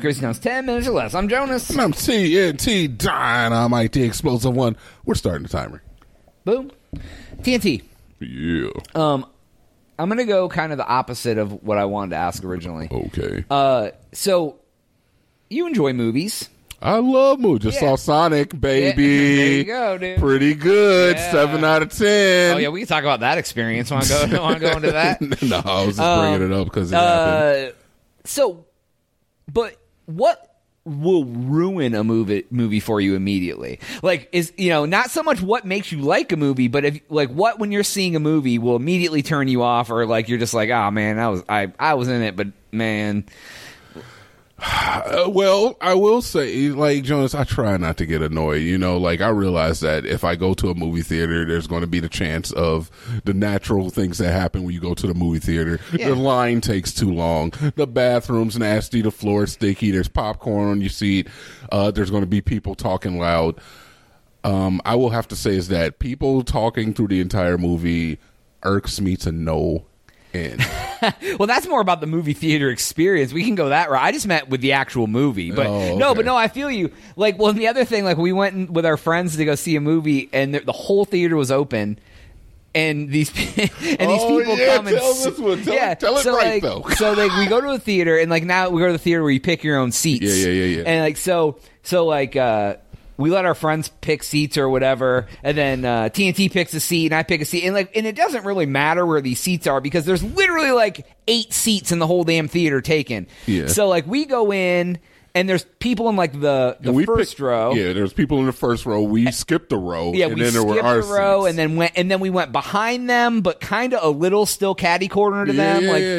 Crazy Town's 10 minutes or less. I'm Jonas. And I'm TNT Dynamite, the explosive one. We're starting the timer. Boom. TNT. Yeah. Uh, um, I'm going to go kind of the opposite of what I wanted to ask originally. okay. Uh, so, you enjoy movies. I love movies. Just yeah. saw Sonic, baby. there you go, dude. Pretty good. Yeah. Seven out of ten. Oh, yeah, we can talk about that experience. Want to go, wanna go into that? no, I was just bringing it up because it happened. Uh, so, but what will ruin a movie movie for you immediately? Like, is you know not so much what makes you like a movie, but if like what when you're seeing a movie will immediately turn you off, or like you're just like, oh man, I was I I was in it, but man, Uh, well, I will say, like Jonas, I try not to get annoyed. You know, like I realize that if I go to a movie theater, there's going to be the chance of the natural things that happen when you go to the movie theater. Yeah. The line takes too long. The bathroom's nasty. The floor's sticky. There's popcorn on your seat. Uh, there's going to be people talking loud. Um, I will have to say is that people talking through the entire movie irks me to no end. well, that's more about the movie theater experience. We can go that route. I just meant with the actual movie, but Oh, no, okay. but no, I feel you. Like, well, and the other thing, like, we went in with our friends to go see a movie, and the, the whole theater was open. And these and these Oh, people yeah, come and tell s- this one. Tell- yeah, tell it so, like, right, though. so like we go to a theater and like now we go to the theater where you pick your own seats. Yeah, yeah, yeah, yeah. And like so so like uh we let our friends pick seats or whatever, and then uh, TNT picks a seat, and I pick a seat, and like, and it doesn't really matter where these seats are because there's literally like eight seats in the whole damn theater taken. Yeah. So like, we go in, and there's people in like the the And we first picked- row. Yeah, there's people in the first row. We skipped a row. Yeah, and we then there skipped were our a row seats. and then went and then we went behind them, but kind of a little still caddy corner to yeah, them. yeah, like yeah,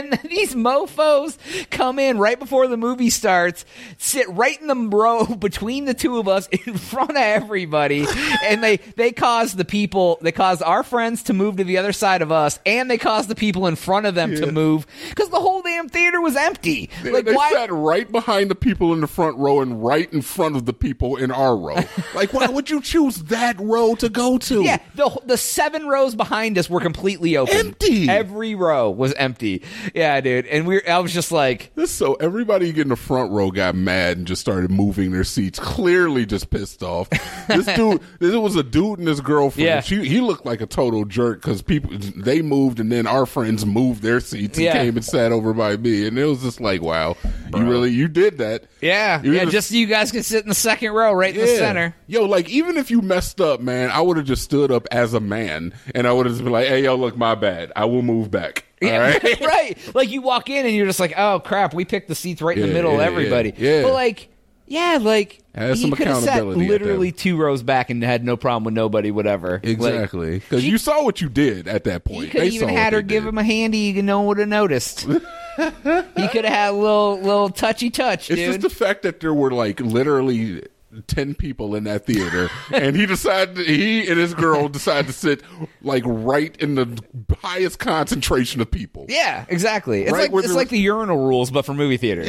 and then these mofos come in right before the movie starts, sit right in the row between the two of us in front of everybody, and they they cause the people they cause our friends to move to the other side of us, and they cause the people in front of them to move because the whole damn theater was empty. They- like they why? sat right behind the people in the front row and right in front of the people in our row. like, why would you choose that row to go to? Yeah, the the seven rows behind us were completely open. Empty. Every row was empty. Yeah, dude. And we I was just like, This- So everybody in the front row got mad and just started moving their seats, clearly just pissed off. This dude, this was a dude and his girlfriend. Yeah. She, he looked like a total jerk because people they moved and then our friends moved their seats and Yeah. came and sat over by me, and it was just like, wow, you really you did that. yeah, You yeah, really- just so you guys could sit in the second row right in the Yeah. center. Yo, like even if you messed up, man, I would have just stood up as a man and I would have just been like, "Hey, yo, look, my bad. I will move back." All Yeah, right. right? Like you walk in and you're just like, oh crap, we picked the seats right in the Yeah, middle of yeah, everybody. yeah, yeah. But like, yeah, like Has he some could have sat accountability at that. literally two rows back and had no problem with nobody, whatever. Like, Exactly, because you saw what you did at that he point. could have They even saw what had her they give did. him a handy, you no one would have noticed. he could have had a little little touchy touch, It's dude. just the fact that there were like literally ten people in that theater, and he decided he and his girl decided to sit like right in the highest concentration of people. yeah, exactly. It's Right like where it's there like was- the urinal rules, but for movie theaters.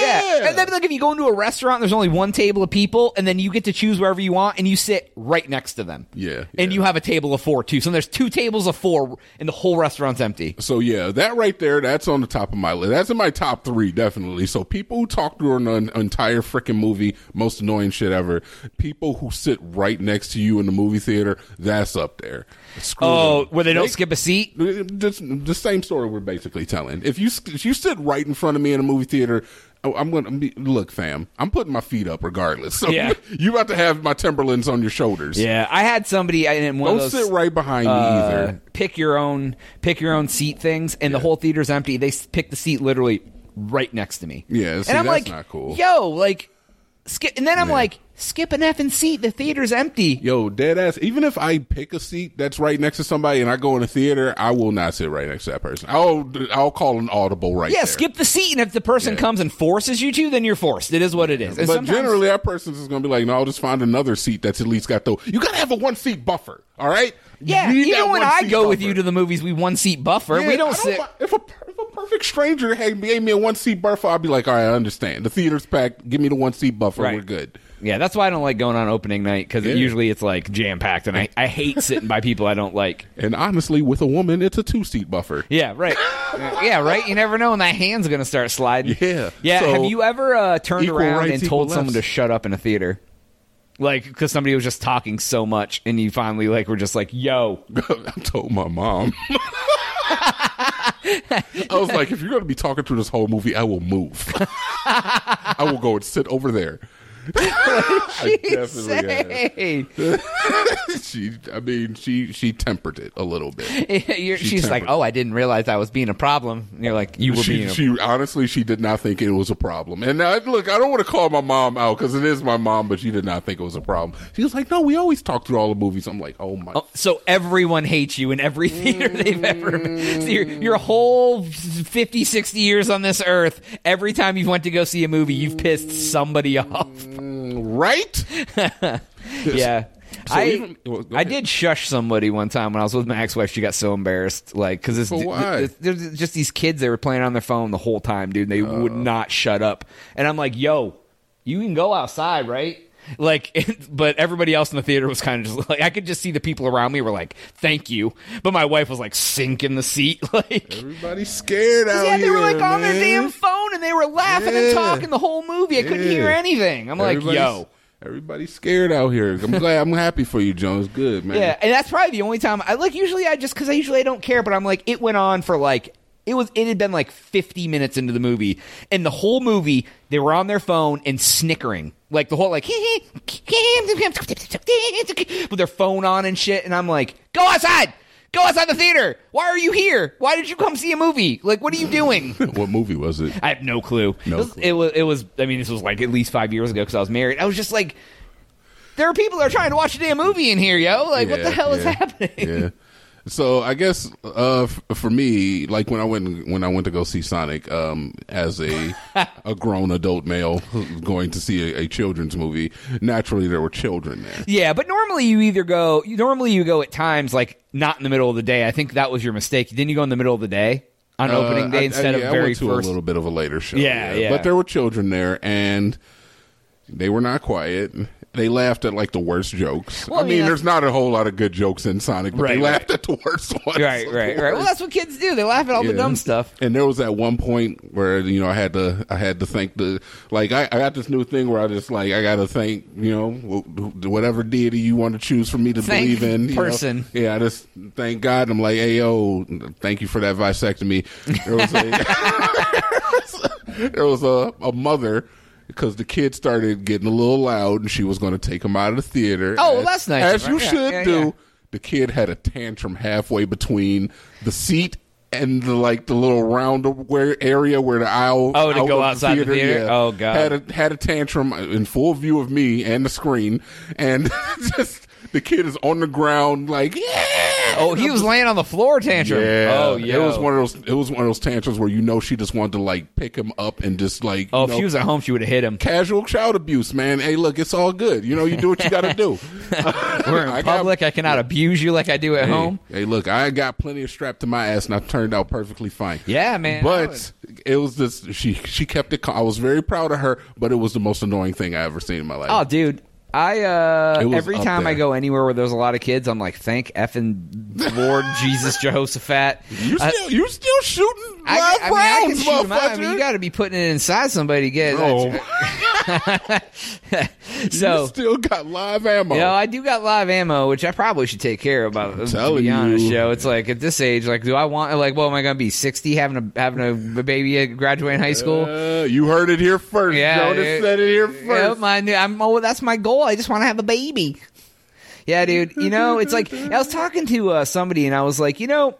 Yeah. And then like if you go into a restaurant, there's only one table of people, and then you get to choose wherever you want, and you sit right next to them. Yeah, And yeah. you have a table of four too. So there's two tables of four, and the whole restaurant's empty. So yeah, that right there, that's on the top of my list. That's in my top three, definitely. So people who talk during an entire freaking movie, most annoying shit ever. People who sit right next to you in the movie theater, that's up there. Screw Oh, them. where they don't skip a seat. Just the same story we're basically telling. If you if you sit right in front of me in a movie theater, oh, I'm gonna be, look, fam. I'm putting my feet up regardless. So Yeah. you about to have my Timberlands on your shoulders. Yeah, I had somebody in one Don't of those. sit right behind me uh, either. pick your own pick your own seat things, and the whole theater's empty. They s- pick the seat literally right next to me. Yeah, see, and I'm like, that's not cool. yo, like skip, and then I'm like, skip an effing seat. The theater's empty. Yo, dead ass. Even if I pick a seat that's right next to somebody and I go in a theater, I will not sit right next to that person. I'll I'll call an audible right. Yeah, there. skip the seat, and if the person Yeah. comes and forces you to, then you're forced. It is what it is. And But sometimes- generally, that person's just gonna be like, "No, I'll just find another seat that's at least got the. You gotta have a one seat buffer, all right? yeah, You need even that when one I seat go with buffer. you to the movies, we one seat buffer. Yeah, we I don't sit. mi- If a per- if a perfect stranger had- gave me a one seat buffer, I'd be like, "All right, I understand. The theater's packed. Give me the one seat buffer. Right. We're good." Yeah, that's why I don't like going on opening night because Yeah. usually it's like jam packed, and I, I hate sitting by people I don't like. And honestly, with a woman, it's a two seat buffer. Yeah, right. yeah, right. You never know when that hand's gonna start sliding. Yeah. yeah. So, have you ever uh, turned equal around rights, and told equal someone to lefts. shut up in a theater? Like, because somebody was just talking so much, and you finally like were just like, "Yo, I told my mom. I was like, if you're going to be talking through this whole movie, I will move. I will go and sit over there. I definitely say, have. She, I mean, she she tempered it a little bit. You're- she's like, tempered. oh, I didn't realize I was being a problem." And you're like, "You were She, being." A- she honestly, she did not think it was a problem. And I, look, I don't want to call my mom out because it is my mom, but she did not think it was a problem. She was like, "No, we always talk through all the movies." I'm like, "Oh my Oh, so everyone hates you in every theater they've ever so your, your whole 50 60 years on this earth every time you've went to go see a movie you've pissed somebody off right." yeah So I, even- well, go I ahead. did shush somebody one time when I was with my ex-wife. She got so embarrassed, like because But why? there's just these kids. They were playing on their phone the whole time, dude. and They Oh. would not shut up. And I'm like, "Yo, you can go outside, right?" Like, but everybody else in the theater was kind of just like, I could just see the people around me were like, "Thank you," but my wife was like, "Sink in the seat," like. Everybody's scared out Yeah, here. they were like on their man. damn phone and they were laughing and Yeah. talking the whole movie. I couldn't Yeah. hear anything. I'm like, Everybody's- yo. Everybody's scared out here. I'm glad. I'm happy for you, Jones. Good man. Yeah, and that's probably the only time I like. Usually, I just because I usually I don't care, but I'm like it went on for like it was. It had been like 50 minutes into the movie, and the whole movie they were on their phone and snickering like the whole like with their phone on and shit. And I'm like, go outside, go outside the theater. Why are you here? Why did you come see a movie? Like, what are you doing? What movie was it? I have no clue. No it, was, clue. it was. It was. I mean, this was like at least five years ago because I was married. I was just like, there are people that are trying to watch a damn movie in here, yo. Like, what the Yeah, hell is yeah, happening? Yeah. So I guess uh, f- for me, like when I went when I went to go see Sonic um, as a a grown adult male who- going to see a, a children's movie, naturally there were children there. Yeah, but normally you either go. you- Normally you go at times like not in the middle of the day. I think that was your mistake. Didn't you go in the middle of the day on opening Uh, day I- instead I, of yeah, I very went to first? a little bit of a later show. Yeah, yeah. But there were children there, and they were not quiet. They laughed at like the worst jokes. Well, I I mean, mean, there's not a whole lot of good jokes in Sonic, but Right, they right. laughed at the worst ones. Right, right, The right. Well, worst. that's what kids do. They laugh at all the Yeah. dumb stuff. And there was that one point where you know I had to I had to thank the like I, I got this new thing where I just like I got to thank you know wh- wh- whatever deity you want to choose for me to Thank believe in you know. person. Yeah, I just thank God. I'm like, hey yo, thank you for that vasectomy. There was a there was a, a mother. Because the kid started getting a little loud, and she was going to take him out of the theater. Oh, As- that's nice As of her. you Yeah, should yeah, do yeah. the kid had a tantrum halfway between the seat and the like the little round where area where the aisle Oh, to out go of outside the theater? Oh, God. had a had a tantrum in full view of me and the screen and just the kid is on the ground like yeah Oh, he was laying on the floor tantrum. yeah Oh, yeah. it was one of those it was one of those tantrums where you know she just wanted to like pick him up and just like Oh, you if know, she was at home, she would have hit him. casual child abuse man hey look it's all good you know you do what you got to do We're in I got- public. I cannot abuse you like I do at Hey, home. Hey, look, I got plenty of strap to my ass, and I turned out perfectly fine. Yeah, man. But it was this. She she kept it. cal- I was very proud of her, but it was the most annoying thing I ever seen in my life. Oh, dude. I uh It was every up time I there. go anywhere where there's a lot of kids, I'm like, thank effing Lord Jesus Jehoshaphat. you I- still you still shooting I, I live mean, I can rounds, shoot 'em out. I motherfucker. mean, you got to be putting it inside somebody to get. oh, you so still got live ammo. you know, I do got live ammo, which I probably should take care of. About to telling be honest, you. yo, it's like at this age, like, do I want like, what am I going to be sixty having a having a baby graduating high school? Uh, you heard it here first. Yeah, Jonas dude. said it here Yeah, first. my new- I'm, oh, that's my goal. I just want to have a baby. Yeah, dude. You know, it's like I was talking to uh, somebody, and I was like, you know,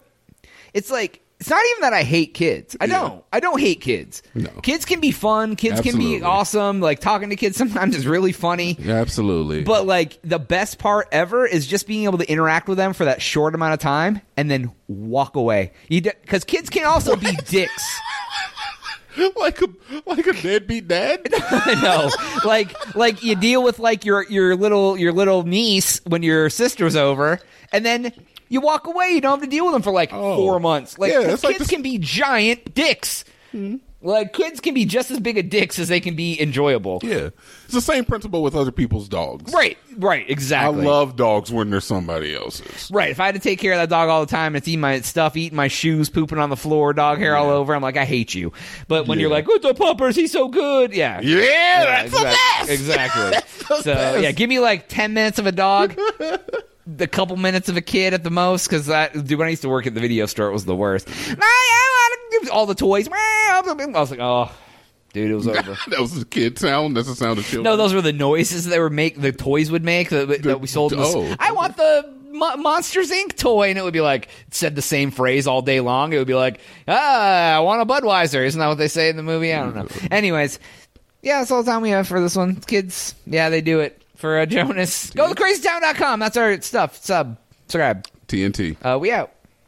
it's like it's not even that I hate kids. I Yeah. don't. I don't hate kids. No. Kids can be fun. Kids can Absolutely. be awesome. Like talking to kids sometimes is really funny. Yeah, absolutely. But like the best part ever is just being able to interact with them for that short amount of time and then walk away. You because kids can also be dicks. like a like a deadbeat dad. no, like like you deal with like your your little your little niece when your sister's over, and then you walk away. You don't have to deal with them for like Oh. four months. Like Yeah, 'cause it's kids like this- Hmm. can be giant dicks. Like kids can be just as big a dicks as they can be enjoyable. Yeah. It's the same principle with other people's dogs. Right, right, I exactly. love dogs when they're somebody else's. Right, if I had to take care of that dog all the time, it's eating my stuff, eating my shoes, pooping on the floor, dog hair all over. I'm like, I hate you. But when you're Yeah. like, "What the puppers? He's so good." Yeah, Yeah, Yeah, that's the exact- best. Exactly. so yeah, give me like ten minutes of a dog, a couple minutes of a kid at the most. Because that dude, when I used to work at the video store, it was the worst. All the toys. I was like, oh, dude, it was over. that was a kid sound. That's the sound of children. No, those were the noises that were make the toys would make that, that we sold. in the s- oh. I want the Mo- Monsters Inc. toy, and it would be like said the same phrase all day long. It would be like, ah, I want a Budweiser. Isn't that what they say in the movie? I don't know. Anyways, yeah, that's all the time we have for this one. Kids, yeah, they do it for uh, Jonas. Go to crazytown.com. That's our stuff. Sub, subscribe. TNT. Uh, we out.